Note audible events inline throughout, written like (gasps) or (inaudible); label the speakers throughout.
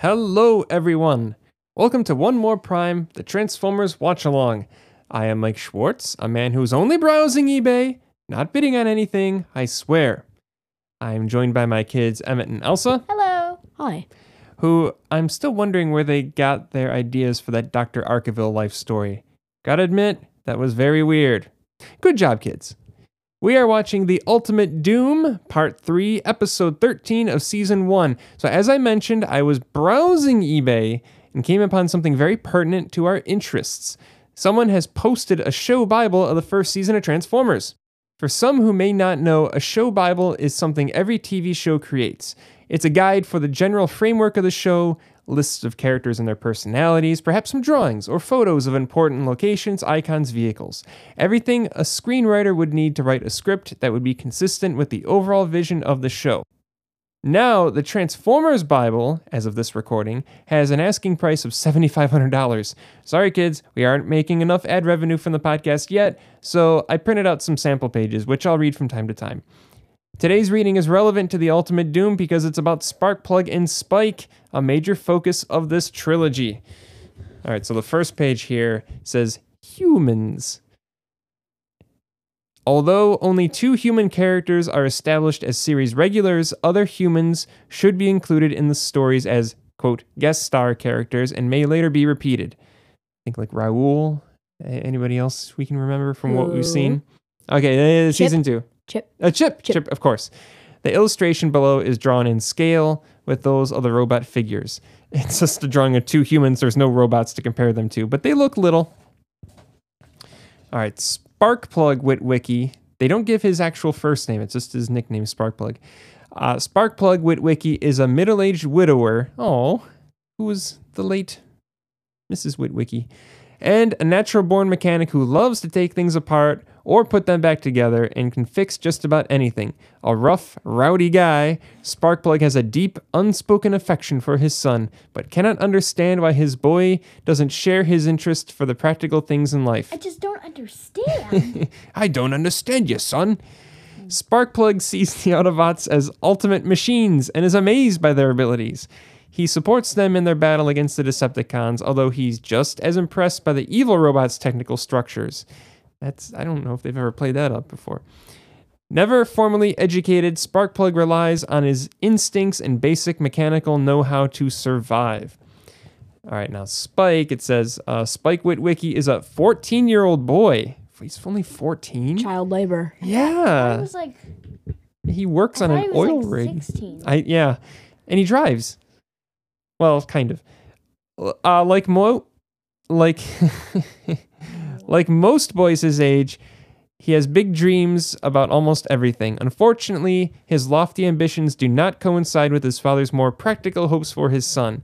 Speaker 1: Hello, everyone. Welcome to One More Prime, the Transformers Watch Along. I am Mike Schwartz, a man who's only browsing eBay, not bidding on anything, I swear. I am joined by my kids, Emmett and Elsa,
Speaker 2: Hello. Hi.
Speaker 1: who I'm still wondering where they got their ideas for that Dr. Arkaville life story. Gotta admit, that was very weird. Good job, kids. We are watching The Ultimate Doom, Part 3, Episode 13 of Season 1. So, as I mentioned, I was browsing eBay and came upon something very pertinent to our interests. Someone has posted a show Bible of the first season of Transformers. For some who may not know, a show Bible is something every TV show creates. It's a guide for the general framework of the show, lists of characters and their personalities, perhaps some drawings or photos of important locations, icons, vehicles. Everything a screenwriter would need to write a script that would be consistent with the overall vision of the show. Now, the Transformers Bible, as of this recording, has an asking price of $7,500. Sorry, kids, we aren't making enough ad revenue from the podcast yet, so I printed out some sample pages, which I'll read from time to time. Today's reading is relevant to the Ultimate Doom because it's about Sparkplug and Spike, a major focus of this trilogy. All right, so the first page here says humans. Although only two human characters are established as series regulars, other humans should be included in the stories as, quote, guest star characters and may later be repeated. I think like Raul. A- Anybody else we can remember from what we've seen? Okay, uh, season two.
Speaker 2: Chip.
Speaker 1: A chip, chip, of course. The illustration below is drawn in scale with those of the robot figures. (laughs) It's just a drawing of two humans. There's no robots to compare them to, but they look little. All right, Sparkplug Witwicky. They don't give his actual first name. It's just his nickname, Sparkplug. Uh, Sparkplug Witwicky is a middle-aged widower. Oh, who was the late Mrs. Witwicky, and a natural born mechanic who loves to take things apart or put them back together and can fix just about anything. A rough, rowdy guy, Sparkplug has a deep, unspoken affection for his son, but cannot understand why his boy doesn't share his interest for the practical things in life.
Speaker 2: I just don't understand.
Speaker 1: I don't understand you, son. Sparkplug sees the Autobots as ultimate machines and is amazed by their abilities. He supports them in their battle against the Decepticons, although he's just as impressed by the evil robots' technical structures. That's I don't know if they've ever played that up before. Never formally educated, Sparkplug relies on his instincts and basic mechanical know-how to survive. All right, now Spike, it says uh, Spike Witwicky is a 14 year old boy. He's only 14?
Speaker 3: child labor.
Speaker 2: I
Speaker 1: Yeah.
Speaker 2: was like,
Speaker 1: He works
Speaker 2: I
Speaker 1: on
Speaker 2: thought
Speaker 1: Uh, an
Speaker 2: he was
Speaker 1: oil
Speaker 2: like
Speaker 1: rig.
Speaker 2: 16.
Speaker 1: I Yeah. And he drives. Well, kind of. L- Uh, like Mo. Like. (laughs) like most boys his age, he has big dreams about almost everything. Unfortunately, his lofty ambitions do not coincide with his father's more practical hopes for his son.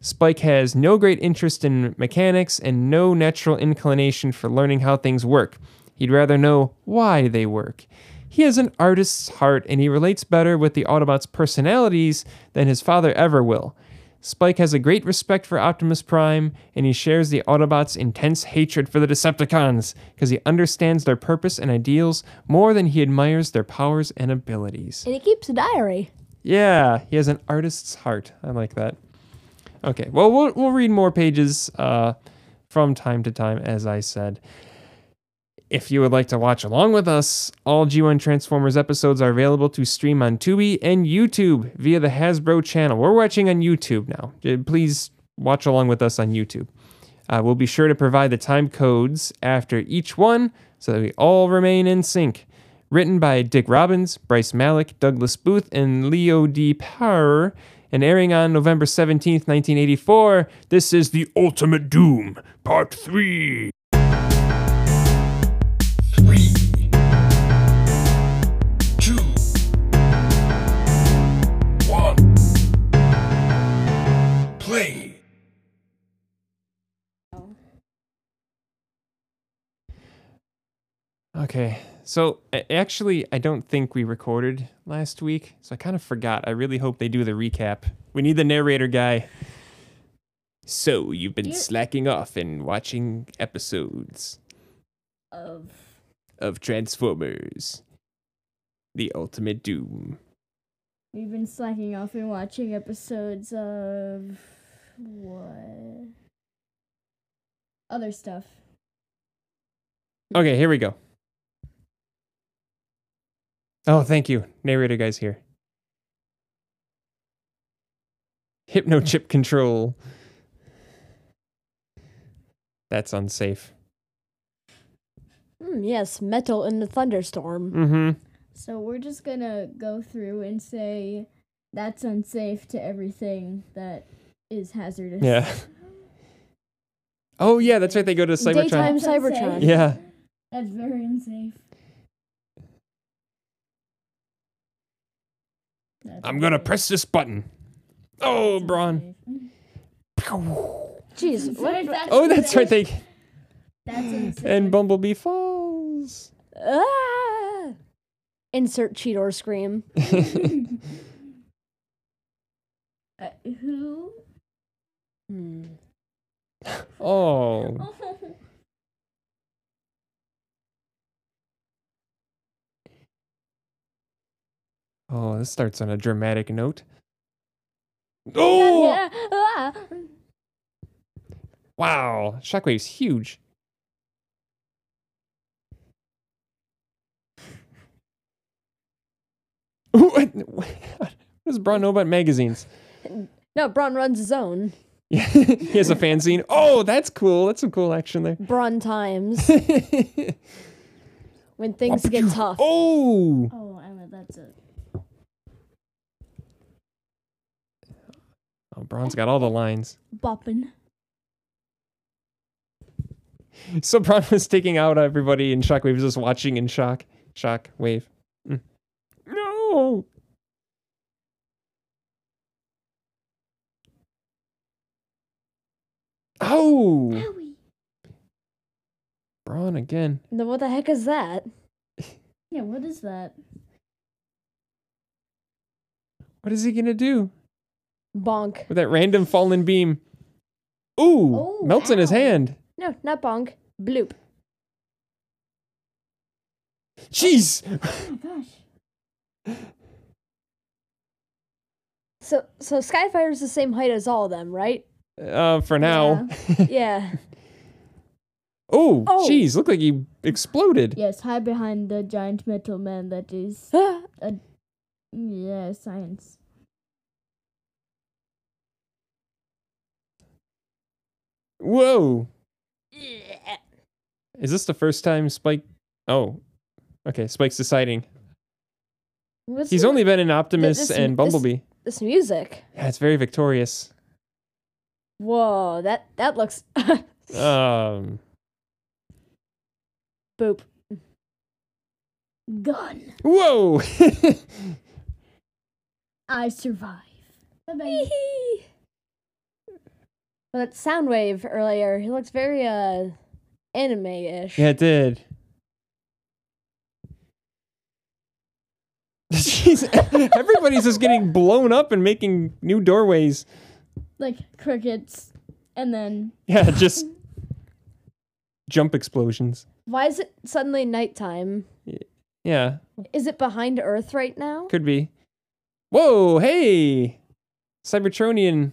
Speaker 1: Spike has no great interest in mechanics and no natural inclination for learning how things work. He'd rather know why they work. He has an artist's heart and he relates better with the Autobots' personalities than his father ever will. Spike has a great respect for Optimus Prime, and he shares the Autobots' intense hatred for the Decepticons because he understands their purpose and ideals more than he admires their powers and abilities.
Speaker 3: And he keeps a diary.
Speaker 1: Yeah, he has an artist's heart. I like that. Okay, well, we'll, we'll read more pages uh, from time to time, as I said. If you would like to watch along with us, all G1 Transformers episodes are available to stream on Tubi and YouTube via the Hasbro channel. We're watching on YouTube now. Uh, Please watch along with us on YouTube. Uh, we'll be sure to provide the time codes after each one so that we all remain in sync. Written by Dick Robbins, Bryce Malik, Douglas Booth, and Leo D. Power, and airing on November 17th, 1984, this is The Ultimate Doom, Part 3.
Speaker 4: Three, two, one, play.
Speaker 1: Okay, so a- actually, I don't think we recorded last week, so I kind of forgot. I really hope they do the recap. We need the narrator guy. So, you've been
Speaker 2: Do you-
Speaker 1: slacking off and watching episodes.
Speaker 2: of
Speaker 1: of Transformers The Ultimate Doom.
Speaker 2: we've been slacking off and watching episodes of other stuff.
Speaker 1: Okay, here we go. Oh, thank you. Narrator guy's here. Hypno chip control. That's unsafe.
Speaker 3: Hmm, yes, metal in the thunderstorm.
Speaker 1: Mm-hmm.
Speaker 2: So we're just gonna go through and say that's unsafe to everything that is hazardous.
Speaker 1: Yeah. Oh yeah, that's right. They go to Cybertron.
Speaker 3: Daytime
Speaker 2: That's unsafe.
Speaker 3: Cybertron.
Speaker 1: Yeah.
Speaker 2: That's very unsafe. That's
Speaker 1: I'm gonna
Speaker 2: unsafe.
Speaker 1: press this button. Oh,
Speaker 2: That's
Speaker 1: Braun.
Speaker 2: unsafe.
Speaker 3: Jeez, what?
Speaker 2: That's
Speaker 1: Oh, that's right. They
Speaker 2: That's unsafe.
Speaker 1: and Bumblebee falls. (laughs)
Speaker 3: Ah! Insert Cheetor scream.
Speaker 2: (laughs) Uh, who? (laughs)
Speaker 3: Hmm.
Speaker 1: oh. Oh, this starts on a dramatic note. Oh!
Speaker 3: Yeah, ah.
Speaker 1: Wow, Shockwave's huge. (laughs) what what does Braun know about magazines? (laughs)
Speaker 3: No, Braun runs his own.
Speaker 1: Yeah, he has a fanzine. Oh, that's cool. That's some cool action there. (laughs)
Speaker 3: Braun times when things get tough.
Speaker 1: oh!
Speaker 2: Oh, Emma, that's a.
Speaker 1: Oh, Braun's got all the lines.
Speaker 2: Boppin.
Speaker 1: (laughs) So Braun was taking out everybody, and Shockwave was just watching in shock. Shockwave. Mm. No! Oh!
Speaker 2: Owie.
Speaker 1: Braun again.
Speaker 3: No, what the heck is that?
Speaker 2: Yeah, what is that?
Speaker 1: What is he gonna do
Speaker 3: Bonk.
Speaker 1: with that random fallen beam? Ooh!
Speaker 2: Oh,
Speaker 1: melts in his
Speaker 2: ow.
Speaker 1: hand.
Speaker 3: No, not bonk. Bloop.
Speaker 1: Jeez!
Speaker 2: Oh my gosh.
Speaker 3: So, so Skyfire's the same height as all of
Speaker 1: (laughs)
Speaker 3: them, right?
Speaker 1: Uh, for now. (laughs)
Speaker 3: Yeah.
Speaker 1: Oh,
Speaker 3: Oh.
Speaker 1: jeez! Look like he exploded.
Speaker 2: Yes, hide behind the giant metal man that is.
Speaker 3: Ah,
Speaker 2: Yeah, science.
Speaker 1: Whoa! Is this the first time Spike? Oh, okay. Spike's deciding.
Speaker 3: what's
Speaker 1: He's
Speaker 3: the-
Speaker 1: only been in Optimus
Speaker 3: this-
Speaker 1: and
Speaker 3: this-
Speaker 1: Bumblebee.
Speaker 3: this music.
Speaker 1: yeah, it's very victorious.
Speaker 3: Whoa, that that looks (laughs)
Speaker 1: Um,
Speaker 3: boop.
Speaker 2: Gun.
Speaker 1: whoa! (laughs)
Speaker 2: I survive. Bye-bye.
Speaker 3: Well, that Soundwave earlier, he looked very uh anime-ish.
Speaker 1: yeah, it did. (laughs) Jeez, (laughs) everybody's just getting blown up and making new doorways.
Speaker 2: like crickets, and then
Speaker 1: Yeah, just jump explosions.
Speaker 3: Why is it suddenly nighttime?
Speaker 1: Yeah,
Speaker 3: Is it behind Earth right now?
Speaker 1: could be. Whoa! Hey, Cybertronian.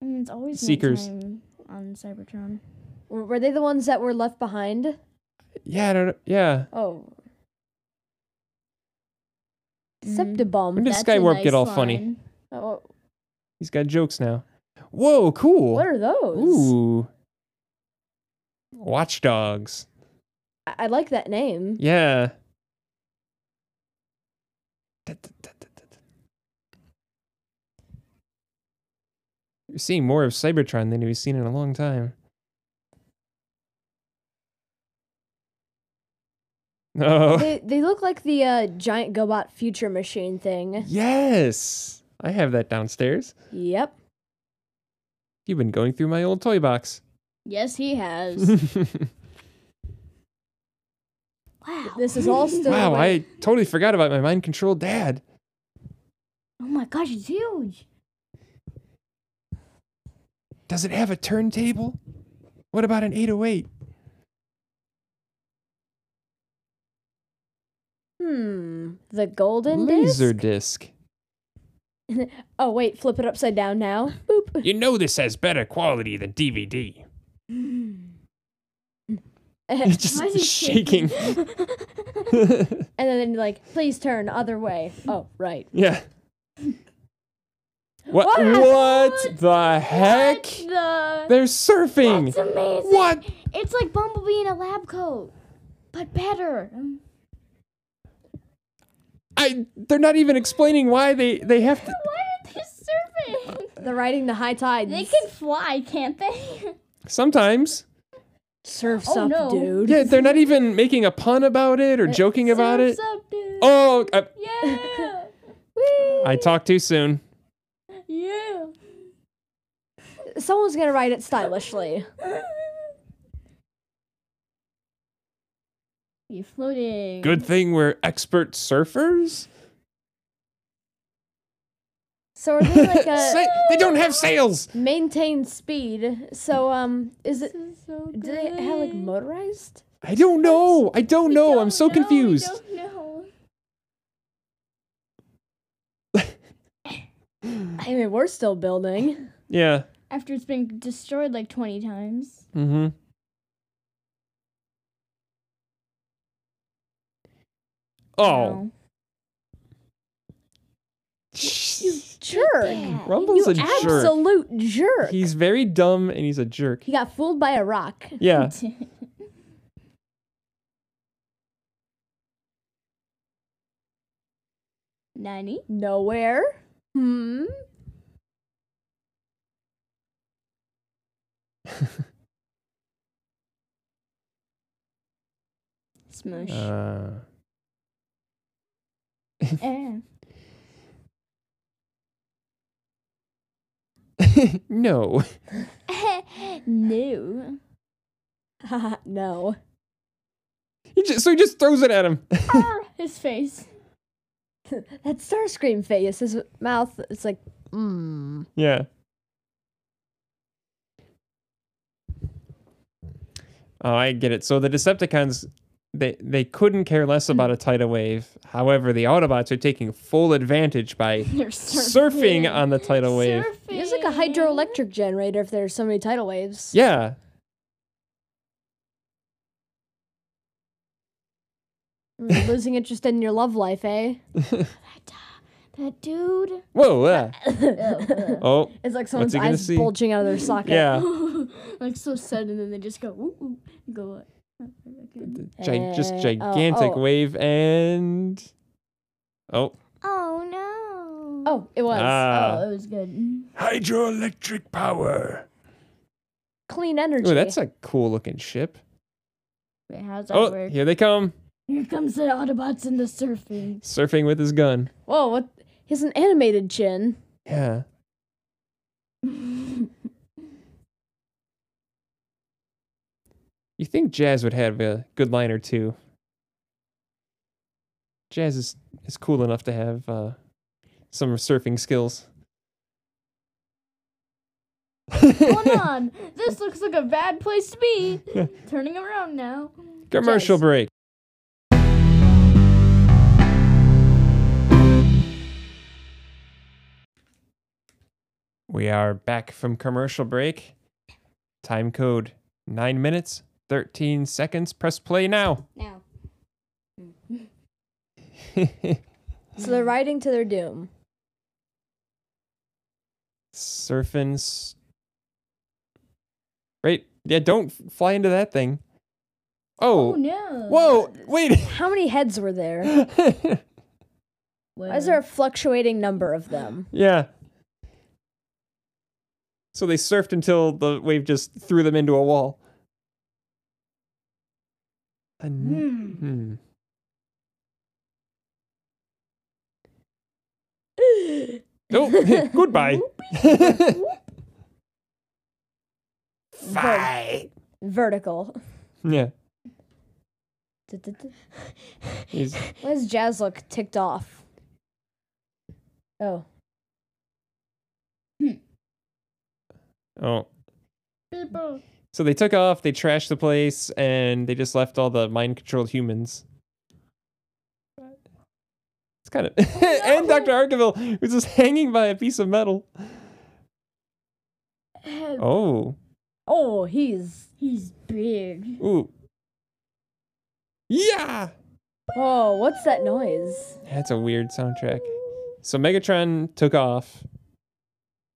Speaker 2: and it's always
Speaker 1: Seekers.
Speaker 2: nighttime on Cybertron.
Speaker 3: W- Were they the ones that were left behind?
Speaker 1: Yeah, I don't know. Yeah.
Speaker 3: Oh.
Speaker 1: Mm.
Speaker 2: Mhm.
Speaker 3: Decepticon.
Speaker 1: When did
Speaker 2: That's a
Speaker 1: Skywarp get
Speaker 2: nice
Speaker 1: all funny?
Speaker 2: line.
Speaker 3: Oh,
Speaker 1: He's got jokes now. Whoa, cool.
Speaker 3: what are those?
Speaker 1: Ooh. Watchdogs.
Speaker 3: I-, I like that name.
Speaker 1: Yeah. Da- da- da- da- da- da. We're seeing more of Cybertron than we've seen in a long time.
Speaker 3: (laughs)
Speaker 1: Oh.
Speaker 3: They they look like the uh, giant GoBot future machine thing.
Speaker 1: Yes. I have that downstairs.
Speaker 3: Yep.
Speaker 1: You've been going through my old toy box.
Speaker 2: Yes,
Speaker 1: (laughs)
Speaker 2: he has.
Speaker 1: wow,
Speaker 2: wow.
Speaker 3: This is all still like-
Speaker 1: I totally forgot about my mind controlled dad.
Speaker 2: Oh my gosh, it's huge.
Speaker 1: Does it have a turntable? What about an 808?
Speaker 3: Hmm. The golden
Speaker 1: Laser
Speaker 3: disc?
Speaker 1: (laughs) disc.
Speaker 3: Oh wait, flip it upside down now. Boop.
Speaker 1: You know this has better quality than DVD. It's
Speaker 3: (laughs) and
Speaker 2: Why is
Speaker 1: just
Speaker 2: he
Speaker 1: shaking. (laughs)
Speaker 3: then they're like, please turn other way. Oh, right.
Speaker 1: yeah. What?
Speaker 3: What?
Speaker 1: What,
Speaker 2: What
Speaker 1: the heck?
Speaker 2: What the?
Speaker 1: They're surfing.
Speaker 2: That's amazing.
Speaker 1: What?
Speaker 2: It's like Bumblebee in a lab coat, but better.
Speaker 1: I. They're not even explaining why they they have to.
Speaker 2: Why are they
Speaker 1: (laughs)
Speaker 2: (laughs) surfing?
Speaker 3: They're riding the high tides.
Speaker 2: They can fly, can't they? (laughs)
Speaker 1: Sometimes.
Speaker 3: surfs
Speaker 2: Oh,
Speaker 3: up,
Speaker 2: no.
Speaker 3: dude.
Speaker 1: Yeah, they're not even making a pun about it or (laughs) joking about it.
Speaker 2: Surf's up, dude.
Speaker 1: Oh, I,
Speaker 2: Yeah.
Speaker 1: (laughs)
Speaker 2: (laughs)
Speaker 1: I talked too soon.
Speaker 2: yeah.
Speaker 3: Someone's gonna ride it stylishly.
Speaker 2: You're floating.
Speaker 1: Good thing we're expert surfers.
Speaker 3: So
Speaker 1: (laughs)
Speaker 3: are they like a
Speaker 1: Sa- they don't have sails.
Speaker 3: maintained speed? So um, is it?
Speaker 2: This is so
Speaker 3: Do they have like
Speaker 2: good.
Speaker 3: motorized?
Speaker 1: I don't know. I don't
Speaker 2: We
Speaker 1: know.
Speaker 2: don't
Speaker 1: Oh, I'm so
Speaker 2: know, we
Speaker 1: confused.
Speaker 2: don't know.
Speaker 1: (laughs)
Speaker 3: I mean, we're still building.
Speaker 1: Yeah.
Speaker 2: After it's been destroyed like 20 times.
Speaker 1: Mm-hmm. Oh.
Speaker 2: No.
Speaker 1: jeez.
Speaker 3: Jerk.
Speaker 2: Yeah.
Speaker 1: Rumble's
Speaker 3: you
Speaker 1: a jerk.
Speaker 3: absolute jerk.
Speaker 1: He's very dumb and he's a jerk.
Speaker 3: he got fooled by a rock.
Speaker 1: Yeah.
Speaker 2: (laughs) Nanny?
Speaker 3: Nowhere. Hmm.
Speaker 1: (laughs)
Speaker 2: Smush.
Speaker 1: Uh,
Speaker 2: Eh.
Speaker 1: (laughs) no.
Speaker 2: (laughs) no.
Speaker 3: (laughs) no.
Speaker 1: He just, so he just throws it at him.
Speaker 2: Arr, (laughs) His face.
Speaker 3: That Starscream face, his mouth, it's like, mmm.
Speaker 1: yeah. Oh, I get it. So the Decepticons, they they couldn't care less
Speaker 3: Hmm.
Speaker 1: about a tidal wave. However, the Autobots are taking full advantage
Speaker 3: (laughs)
Speaker 1: by
Speaker 2: They're
Speaker 1: surfing on the tidal wave.
Speaker 2: Surfing.
Speaker 3: It's like a hydroelectric generator if there's so many tidal waves.
Speaker 1: Yeah. (laughs)
Speaker 3: Mm, losing interest in your love life, eh?
Speaker 2: That dude.
Speaker 1: Whoa.
Speaker 3: (laughs)
Speaker 1: uh,
Speaker 3: it's
Speaker 1: Oh,
Speaker 3: like someone's
Speaker 1: he gonna
Speaker 3: eyes
Speaker 1: see?
Speaker 3: bulging out of their socket.
Speaker 1: yeah.
Speaker 2: (laughs) like so sudden, and they just go ooh ooh, and go. up.
Speaker 1: Gi- just
Speaker 3: Uh, oh,
Speaker 1: gigantic
Speaker 3: oh.
Speaker 1: wave and. Oh.
Speaker 2: Oh no.
Speaker 3: Oh, it was.
Speaker 1: Ah.
Speaker 2: oh, it was good.
Speaker 4: Hydroelectric power.
Speaker 3: Clean energy.
Speaker 1: Ooh, that's a cool looking ship.
Speaker 2: Wait, how's that
Speaker 1: Oh,
Speaker 2: work?
Speaker 1: here they come.
Speaker 2: Here comes the Autobots and the surfing.
Speaker 1: Surfing with his gun.
Speaker 3: (laughs) Whoa, what? He has an animated chin.
Speaker 1: Yeah. You think Jazz would have a good line or two. Jazz is, is cool enough to have uh, some surfing skills.
Speaker 2: (laughs)
Speaker 1: (laughs)
Speaker 2: Hold on. This looks like a bad place to be. Turning around now.
Speaker 1: Commercial
Speaker 3: Jazz.
Speaker 1: break. We are back from commercial break. Time code 9 minutes 13 seconds. Press play now. (laughs)
Speaker 2: Now.
Speaker 3: So they're riding to their doom.
Speaker 1: Surfing. s- Right. Yeah, don't f- fly into that thing.
Speaker 2: Oh,
Speaker 1: Oh.
Speaker 2: no.
Speaker 1: Whoa. Wait.
Speaker 3: How many heads were there? Why is there a fluctuating number of them?
Speaker 1: (laughs) Yeah. So they surfed until the wave just threw them into a wall. A n-
Speaker 2: Hmm. (laughs)
Speaker 1: hmm. Oh, (laughs) goodbye. (laughs) Bye.
Speaker 3: Vertical.
Speaker 1: Yeah. He's,
Speaker 3: Why does Jazz look ticked off? Oh.
Speaker 1: oh.
Speaker 2: People.
Speaker 1: So they took off, they trashed the place, and they just left all the mind controlled humans. It's kind of.
Speaker 3: Oh,
Speaker 1: (laughs) and Dr. Arkaville, who's just hanging by a piece of metal. Oh.
Speaker 3: Oh, he's
Speaker 2: He's big.
Speaker 1: Oh. Ooh. Yeah!
Speaker 3: Oh, what's that noise?
Speaker 1: That's a weird soundtrack. So Megatron took off,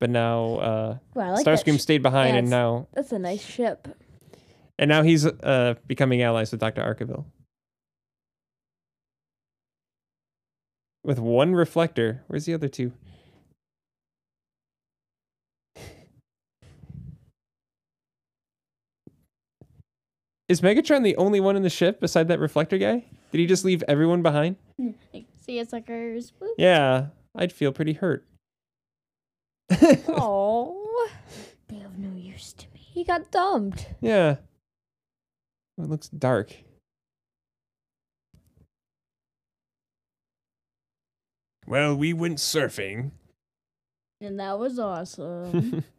Speaker 1: but now uh,
Speaker 3: Wow, I like that
Speaker 1: Starscream
Speaker 3: sh-
Speaker 1: stayed behind,
Speaker 3: yeah,
Speaker 1: and
Speaker 3: it's-
Speaker 1: now
Speaker 3: That's a nice
Speaker 1: (laughs)
Speaker 3: ship.
Speaker 1: and now he's uh, becoming allies with Doctor Archiville. With one reflector, where's the other two? (laughs) Is Megatron the only one in the ship beside that reflector guy? Did he just leave everyone behind?
Speaker 2: Like, see, it's like ours. Boop.
Speaker 1: Yeah, I'd feel pretty hurt. (laughs)
Speaker 3: Oh,
Speaker 2: They have no use to me.
Speaker 3: he got dumped.
Speaker 1: yeah. It looks dark. Well, we went surfing.
Speaker 2: And that was awesome.
Speaker 1: (laughs) Mm-hmm.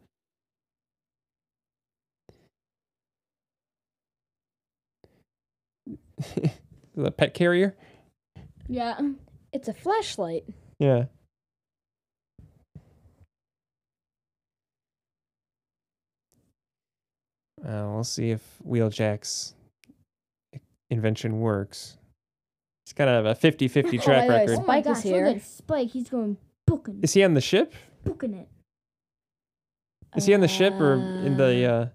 Speaker 1: the pet carrier?
Speaker 2: yeah.
Speaker 3: It's a flashlight.
Speaker 1: Yeah. Uh, we'll see if Wheeljack's invention works. He's got a 50 50
Speaker 3: Oh,
Speaker 1: track
Speaker 3: by the way,
Speaker 1: record.
Speaker 2: Oh my
Speaker 3: Spike is
Speaker 2: gosh,
Speaker 3: here.
Speaker 2: look at Spike. He's going booking,
Speaker 1: Is he on the ship?
Speaker 2: booking it.
Speaker 1: Is he on the ship or in the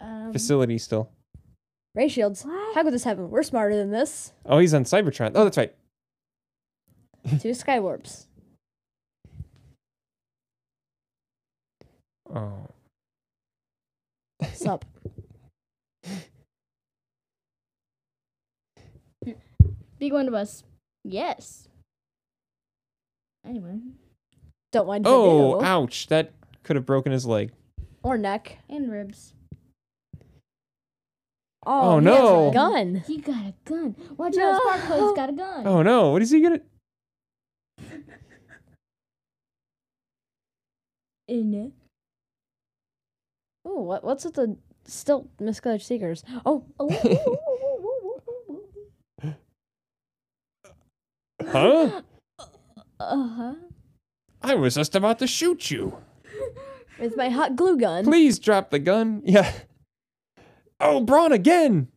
Speaker 1: uh,
Speaker 2: Um,
Speaker 1: facility still?
Speaker 3: Ray shields.
Speaker 2: What?
Speaker 3: How could this happen? We're smarter than this.
Speaker 1: Oh, he's on Cybertron. Oh, that's right.
Speaker 3: Two skywarps.
Speaker 1: Oh. (laughs)
Speaker 3: Sup.
Speaker 2: Big one of us. Yes. Anyway,
Speaker 3: Don't mind if I
Speaker 1: Oh,
Speaker 3: do.
Speaker 1: ouch. That could have broken his leg.
Speaker 3: Or neck.
Speaker 2: and ribs.
Speaker 1: Oh,
Speaker 3: he has a
Speaker 1: no.
Speaker 3: gun.
Speaker 2: He got a gun. Watch out,
Speaker 3: No.
Speaker 2: Sparkle's got a gun.
Speaker 1: Oh, no. What is he going to.
Speaker 2: In it.
Speaker 3: Ooh, what, what's with the still miscolored seekers? Oh,
Speaker 2: Oh, woo, woo, woo, woo, woo, woo,
Speaker 1: (laughs)
Speaker 2: woo.
Speaker 1: Huh?
Speaker 2: Uh-huh.
Speaker 1: I was just about to shoot you.
Speaker 3: (gasps) with my hot glue gun.
Speaker 1: Please drop the gun. Yeah. Oh, Braun again.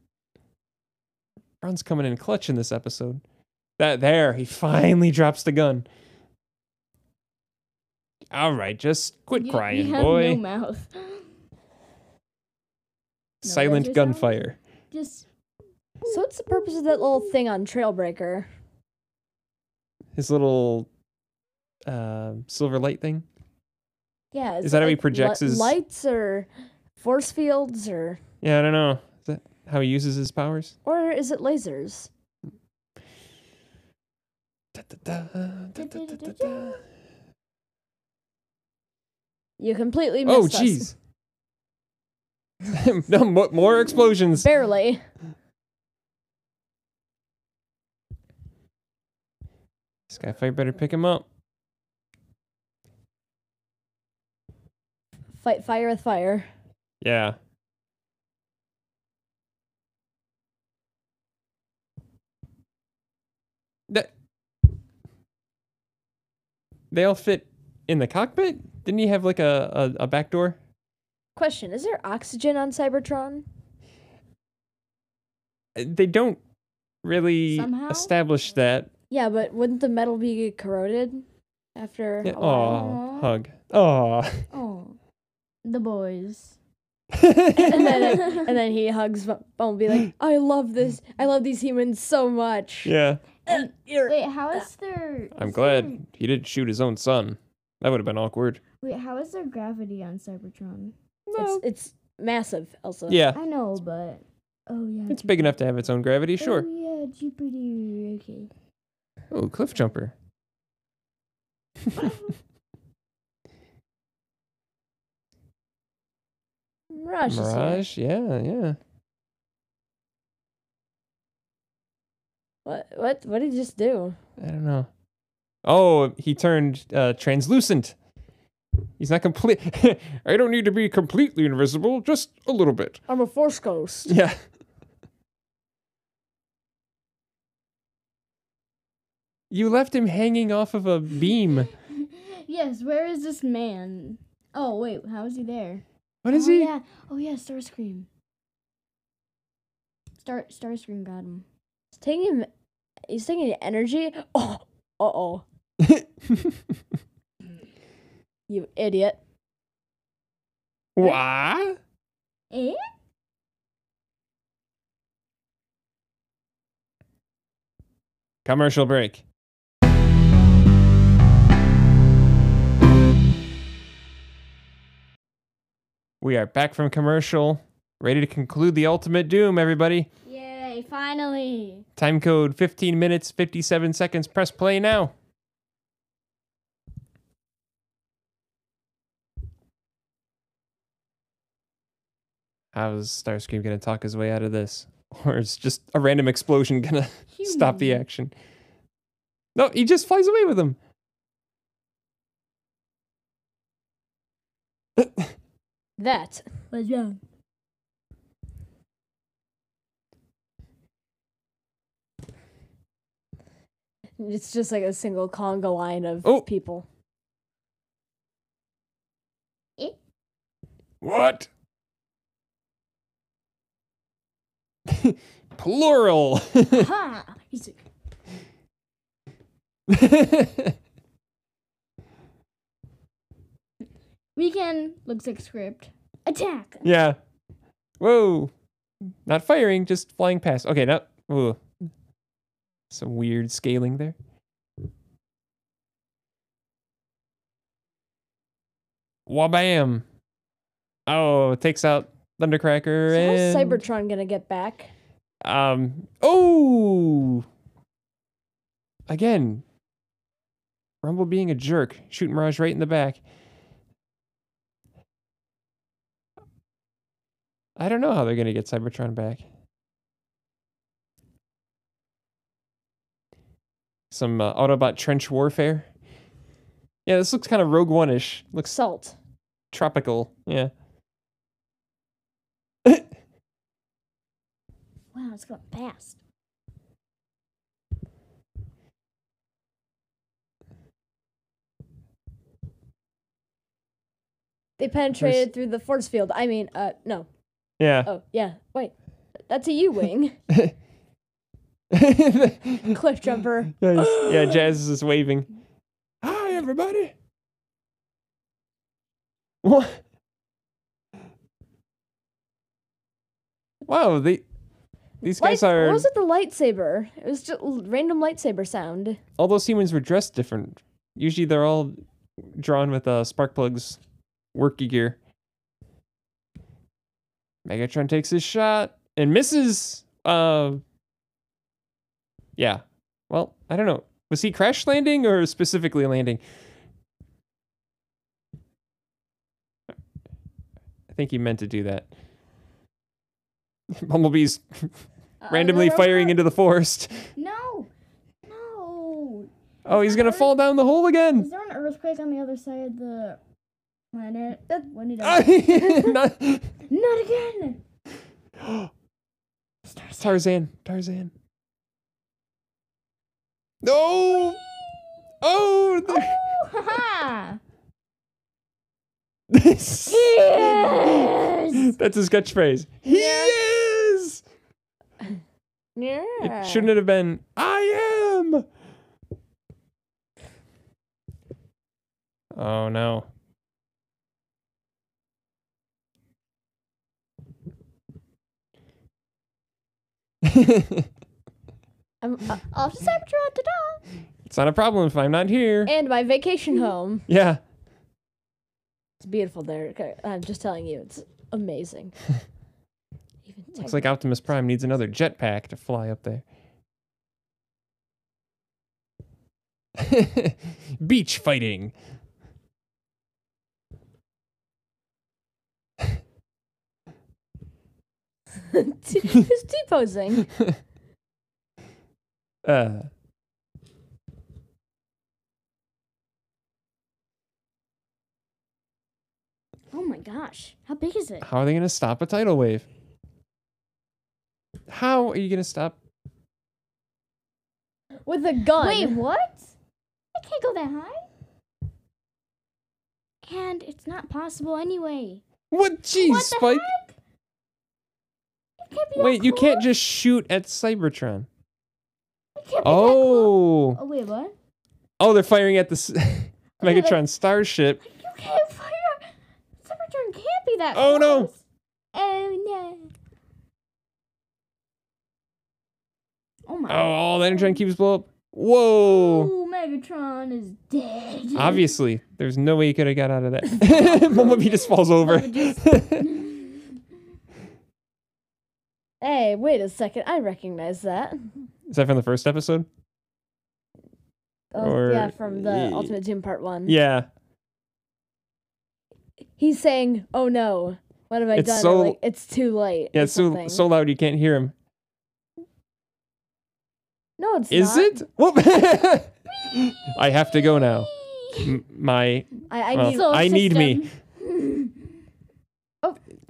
Speaker 1: Braun's coming in clutch in this episode. That there, he finally drops the gun. All right, just quit
Speaker 2: You-
Speaker 1: crying,
Speaker 2: you have
Speaker 1: boy.
Speaker 2: No mouth.
Speaker 1: (laughs)
Speaker 2: (laughs)
Speaker 1: Silent
Speaker 2: just
Speaker 1: gunfire.
Speaker 2: Just
Speaker 3: So what's the purpose of that little thing on Trailbreaker?
Speaker 1: His little uh, silver light thing.
Speaker 3: Yeah,
Speaker 1: Is
Speaker 3: it
Speaker 1: that how he
Speaker 3: like
Speaker 1: projects
Speaker 3: li-
Speaker 1: his-
Speaker 3: lights or force fields or
Speaker 1: Yeah, I don't know. Is that how he uses his powers?
Speaker 3: or is it lasers?
Speaker 1: Da-da-da, da-da-da-da-da.
Speaker 3: You completely missed
Speaker 1: Oh,
Speaker 3: us.
Speaker 1: jeez. (laughs) no, mo- more explosions.
Speaker 3: Barely.
Speaker 1: Skyfire better pick him up.
Speaker 3: Fight fire with fire.
Speaker 1: Yeah. That they all fit in the cockpit. Didn't he have like a, a, a back door?
Speaker 3: Question, is there oxygen on Cybertron?
Speaker 1: Uh, They don't really
Speaker 2: Somehow?
Speaker 1: establish that.
Speaker 3: Yeah, but wouldn't the metal be corroded after a while?
Speaker 1: Oh, hug. Oh.
Speaker 2: oh, the (laughs) boys.
Speaker 3: and
Speaker 1: (laughs)
Speaker 3: then and then he hugs Bu- Bumblebee like, I love this. I love these humans so
Speaker 1: (laughs)
Speaker 3: much.
Speaker 1: yeah.
Speaker 2: Wait, how is their?
Speaker 1: I'm
Speaker 2: is there-
Speaker 1: glad he didn't shoot his own son. That would have been awkward.
Speaker 2: wait, how is their gravity on Cybertron?
Speaker 3: It's it's massive, Elsa.
Speaker 1: Yeah.
Speaker 2: I know, but oh yeah,
Speaker 1: It's big enough to have its own gravity,
Speaker 2: Jupiter.
Speaker 1: sure.
Speaker 2: Oh, yeah, Jupiter. Okay.
Speaker 1: Oh, cliff
Speaker 3: (laughs)
Speaker 1: jumper.
Speaker 3: Mirage, is here.
Speaker 1: Mirage, yeah, yeah.
Speaker 3: What what what did he just do?
Speaker 1: I don't know. Oh, he turned uh, translucent. He's not complete. (laughs) I don't need to be completely invisible, just a little bit.
Speaker 3: I'm a force ghost.
Speaker 1: Yeah. (laughs) You left him hanging off of a beam.
Speaker 2: (laughs) Yes, where is this man? Oh wait, how is he there?
Speaker 1: What is
Speaker 2: oh,
Speaker 1: he?
Speaker 2: Yeah. Oh yeah, Starscream. Star Starscream got him.
Speaker 3: It's taking him. He's taking energy. Oh, uh oh, you idiot.
Speaker 1: (laughs) Why?
Speaker 2: Eh?
Speaker 1: Commercial break. We are back from commercial, ready to conclude the ultimate doom, everybody.
Speaker 2: Yay! Finally.
Speaker 1: Time code 15 minutes, 57 seconds. Press play now. How's Starscream going to talk his way out of this? (laughs) Or is just a random explosion going to stop the action? No, he just flies away with him.
Speaker 3: That
Speaker 2: Was wrong.
Speaker 3: it's just like a single conga line of
Speaker 1: Oh.
Speaker 3: people.
Speaker 4: What?
Speaker 1: (laughs) Plural. (laughs)
Speaker 2: ha! He's like, weekend looks like script. Attack.
Speaker 1: yeah. Whoa. Not firing, just flying past. Okay, now. Ooh. Some weird scaling there. Wabam. Oh, takes out Thundercracker
Speaker 3: So
Speaker 1: and
Speaker 3: how's Cybertron gonna get back?
Speaker 1: Um. Oh. Again. Rumble being a jerk, shooting Mirage right in the back. I don't know how they're gonna get Cybertron back. Some uh, Autobot trench warfare. Yeah, this looks kind of Rogue One ish. Looks
Speaker 3: Salt.
Speaker 1: tropical. Yeah.
Speaker 2: Wow, it's going fast.
Speaker 3: They penetrated through the force field. I mean, uh, no. (laughs)
Speaker 1: Yeah.
Speaker 3: Oh, yeah. Wait, that's
Speaker 1: (laughs)
Speaker 3: a U-wing. (laughs) Cliff jumper.
Speaker 1: Nice. (laughs) yeah, Jazz is waving.
Speaker 4: Hi, everybody.
Speaker 1: What? Wow, they these guys
Speaker 3: Light-
Speaker 1: are.
Speaker 3: What was it? The lightsaber. It was just l- random lightsaber sound.
Speaker 1: All those humans were dressed different. Usually, they're all drawn with uh, spark plugs, worky gear. Megatron takes his shot and misses. Uh, yeah. Well, I don't know. Was he crash landing or specifically landing? I think he meant to do that. (laughs) Bumblebee's
Speaker 2: Uh-oh,
Speaker 1: randomly
Speaker 2: no,
Speaker 1: firing
Speaker 2: no,
Speaker 1: into the forest.
Speaker 2: No, no.
Speaker 1: Oh, he's gonna fall down the hole again.
Speaker 2: Is there an earthquake on the other side of the planet? When did
Speaker 1: Ah.
Speaker 2: I?
Speaker 1: Not-
Speaker 2: Not again.
Speaker 1: Tarzan, Tarzan. No. Oh. the-
Speaker 2: Oh, ha!
Speaker 1: This.
Speaker 2: Yes!
Speaker 1: That's his catchphrase. He is.
Speaker 3: Yeah.
Speaker 1: It shouldn't it have been I am. Oh no. (laughs)
Speaker 3: I'm, uh,
Speaker 2: Off to Cybertron, ta-da!
Speaker 1: it's not a problem if I'm not here.
Speaker 3: and my
Speaker 1: (laughs)
Speaker 3: vacation home.
Speaker 1: Yeah.
Speaker 3: It's beautiful there. Okay, I'm just telling you, it's amazing.
Speaker 1: (laughs)
Speaker 3: Even
Speaker 1: Looks like Optimus Prime needs another jetpack to fly up there. (laughs) Beach fighting. (laughs)
Speaker 3: (laughs) T- Who's T-posing?
Speaker 1: Uh.
Speaker 2: Oh my gosh, how big is it?
Speaker 1: How are they going to stop a tidal wave? How are you going to stop?
Speaker 3: With a gun.
Speaker 2: Wait, what? It can't go that high. And it's not possible anyway.
Speaker 1: What? Jeez,
Speaker 2: what the
Speaker 1: Spike.
Speaker 2: heck? It can't be that
Speaker 1: Wait, you can't
Speaker 2: close.
Speaker 1: just shoot at Cybertron.
Speaker 2: It can't be that close.
Speaker 1: Oh.
Speaker 2: Oh wait, what?
Speaker 1: Oh, they're firing at the s- (laughs)
Speaker 2: Okay, but-
Speaker 1: Megatron starship.
Speaker 2: You can't fire. Cybertron can't be that.
Speaker 1: Oh, no.
Speaker 2: close. Oh no. Oh my.
Speaker 1: Oh, all the Energon keeps blow up. Whoa.
Speaker 2: Ooh, Megatron is dead.
Speaker 1: (laughs) (clears throat) Obviously, there's no way you could have got out of that. (laughs)
Speaker 3: (laughs)
Speaker 1: Bumblebee just falls over. (laughs)
Speaker 3: Hey, wait a second. I recognize that.
Speaker 1: Is that from the first episode?
Speaker 3: Mm-hmm. Oh, yeah,
Speaker 1: Or-
Speaker 3: from the Ultimate Doom Part 1.
Speaker 1: Yeah.
Speaker 3: He's saying, oh no, what have I
Speaker 1: It's
Speaker 3: done? Or,
Speaker 1: so-
Speaker 3: like, it's too late.
Speaker 1: Yeah,
Speaker 3: or
Speaker 1: it's so,
Speaker 3: something.
Speaker 1: so loud you can't hear him.
Speaker 3: No, it's
Speaker 1: Is
Speaker 3: not.
Speaker 1: it? Whoop. (laughs) I have to go now. M- my
Speaker 3: I, I
Speaker 1: Well,
Speaker 3: need,
Speaker 1: so- I need me.
Speaker 2: (laughs)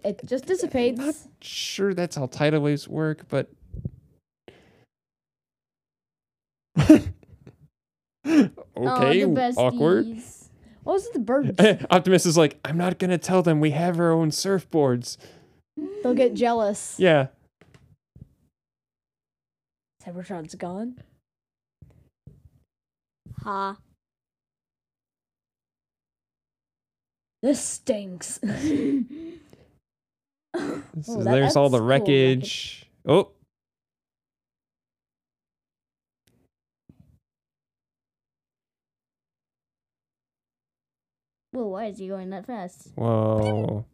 Speaker 3: it just dissipates.
Speaker 1: not sure that's how tidal waves work,
Speaker 3: (laughs)
Speaker 1: but (laughs) okay,
Speaker 3: Oh,
Speaker 1: awkward.
Speaker 3: What was it?
Speaker 1: (laughs)
Speaker 3: The birds.
Speaker 1: Optimus is like, I'm not gonna tell them we have our own surfboards.
Speaker 3: (laughs) They'll get jealous.
Speaker 1: Yeah,
Speaker 3: Cybertron's gone. (laughs) Oh,
Speaker 2: (laughs)
Speaker 3: Ha. This stinks.
Speaker 1: so
Speaker 3: Oh, that-
Speaker 1: there's all
Speaker 3: that's
Speaker 1: the
Speaker 3: cool, wreckage.
Speaker 1: wreckage. Oh,
Speaker 2: Well, why is he going that fast?
Speaker 1: whoa!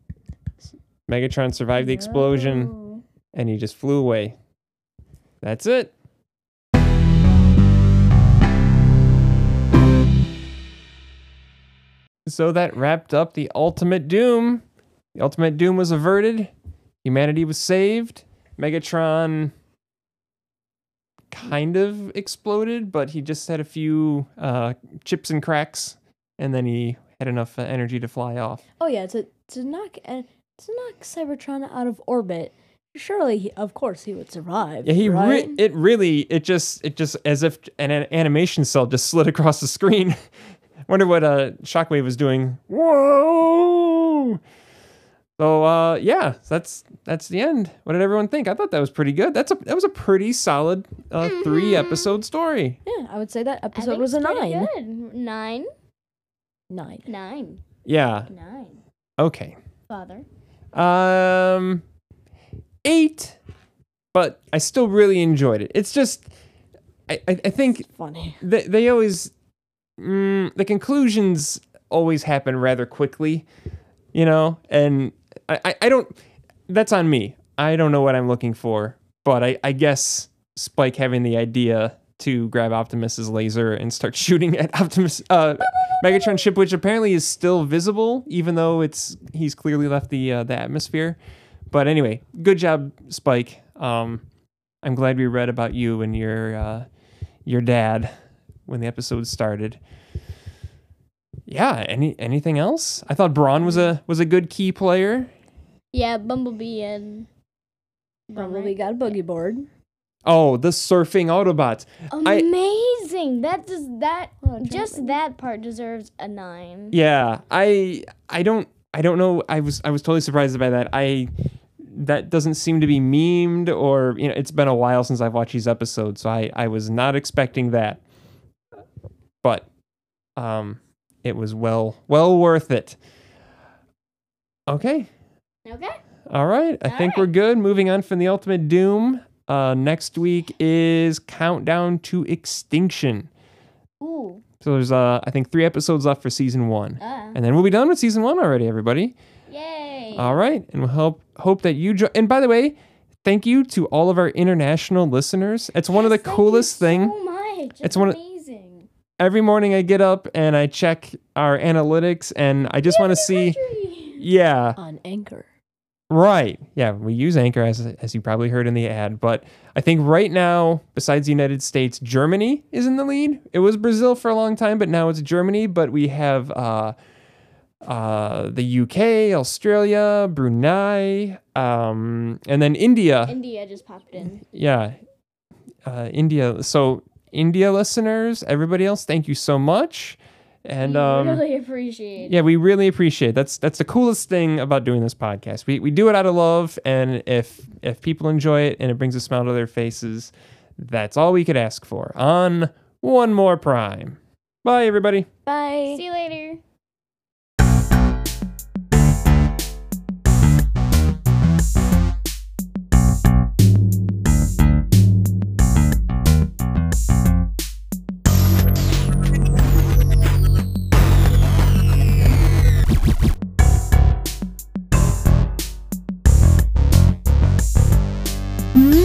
Speaker 1: Megatron survived the explosion,
Speaker 2: No.
Speaker 1: and he just flew away. That's it. So that wrapped up the ultimate doom. The ultimate doom was averted. Humanity was saved. Megatron kind of exploded, but he just had a few uh, chips and cracks, and then he had enough uh, energy to fly off.
Speaker 3: oh yeah, to to knock uh, to knock Cybertron out of orbit. Surely, he, of course, he would survive.
Speaker 1: Yeah, he
Speaker 3: right?
Speaker 1: re- it really it just it just as if an, an animation cell just (laughs) slid across the screen. (laughs) Wonder what uh Shockwave was doing. Whoa! So uh yeah, that's that's the end. What did everyone think? I thought that was pretty good. That's a that was a pretty solid uh, three episode story.
Speaker 3: yeah, I would say that
Speaker 2: I
Speaker 3: episode
Speaker 2: think
Speaker 3: was a
Speaker 2: it's pretty
Speaker 3: nine.
Speaker 2: Good. Nine,
Speaker 3: Nine.
Speaker 2: nine,
Speaker 1: Yeah.
Speaker 2: nine.
Speaker 1: Okay.
Speaker 2: Father.
Speaker 1: Um, eight, but I still really enjoyed it. It's just I I, I think
Speaker 3: Funny.
Speaker 1: they, they always mm, the conclusions always happen rather quickly you know and I, I i don't that's on me i don't know what i'm looking for but i i guess spike having the idea to grab optimus's laser and start (laughs) shooting at optimus uh megatron ship which apparently is still visible even though it's he's clearly left the uh, the atmosphere but anyway good job spike um i'm glad we read about you and your uh your dad when the episode started. Yeah, any anything else? I thought Braun was a was a good key player.
Speaker 2: Yeah, Bumblebee and
Speaker 3: Bumblebee got a boogie board.
Speaker 1: Oh, the surfing Autobots. I-
Speaker 2: Amazing. that does that
Speaker 3: Oh, I
Speaker 2: just
Speaker 3: can't-
Speaker 2: that part deserves a nine.
Speaker 1: Yeah, I I don't I don't know. I was I was totally surprised by that. I that doesn't seem to be memed or you know, it's been a while since I've watched these episodes, so I I was not expecting that. But um it was well well worth it. Okay.
Speaker 2: Okay.
Speaker 1: All right. I
Speaker 2: All
Speaker 1: think we're good. Moving on from the Ultimate Doom. Uh, next week is Countdown to Extinction.
Speaker 2: Ooh.
Speaker 1: So there's, uh, I think, three episodes left for season one.
Speaker 2: Ah.
Speaker 1: And uh, then we'll be done with season one already, everybody.
Speaker 2: Yay.
Speaker 1: All right. And we'll help, hope that you join. And by the way, thank you to all of our international listeners. It's one of the
Speaker 2: Yes, thank you
Speaker 1: coolest things.
Speaker 2: So much. It's,
Speaker 1: one of-
Speaker 2: amazing.
Speaker 1: Every morning I get up and I check our analytics and I just want to see.
Speaker 2: Country.
Speaker 1: Yeah.
Speaker 3: On anchor.
Speaker 1: Right. Yeah, we use Anchor as as you probably heard in the ad, but I think right now besides the United States, Germany is in the lead. It was Brazil for a long time, but now it's Germany, but we have uh uh the UK, Australia, Brunei, um and then India.
Speaker 2: India just popped in.
Speaker 1: Yeah. Uh India. So India listeners, everybody else, thank you so much. And
Speaker 3: We
Speaker 1: um,
Speaker 3: really appreciate.
Speaker 1: yeah, we really appreciate it. that's that's the coolest thing about doing this podcast. We we do it out of love, and if if people enjoy it and it brings a smile to their faces, that's all we could ask for. On one more prime. Bye, everybody.
Speaker 3: Bye.
Speaker 2: See you later.
Speaker 5: Mm-hmm.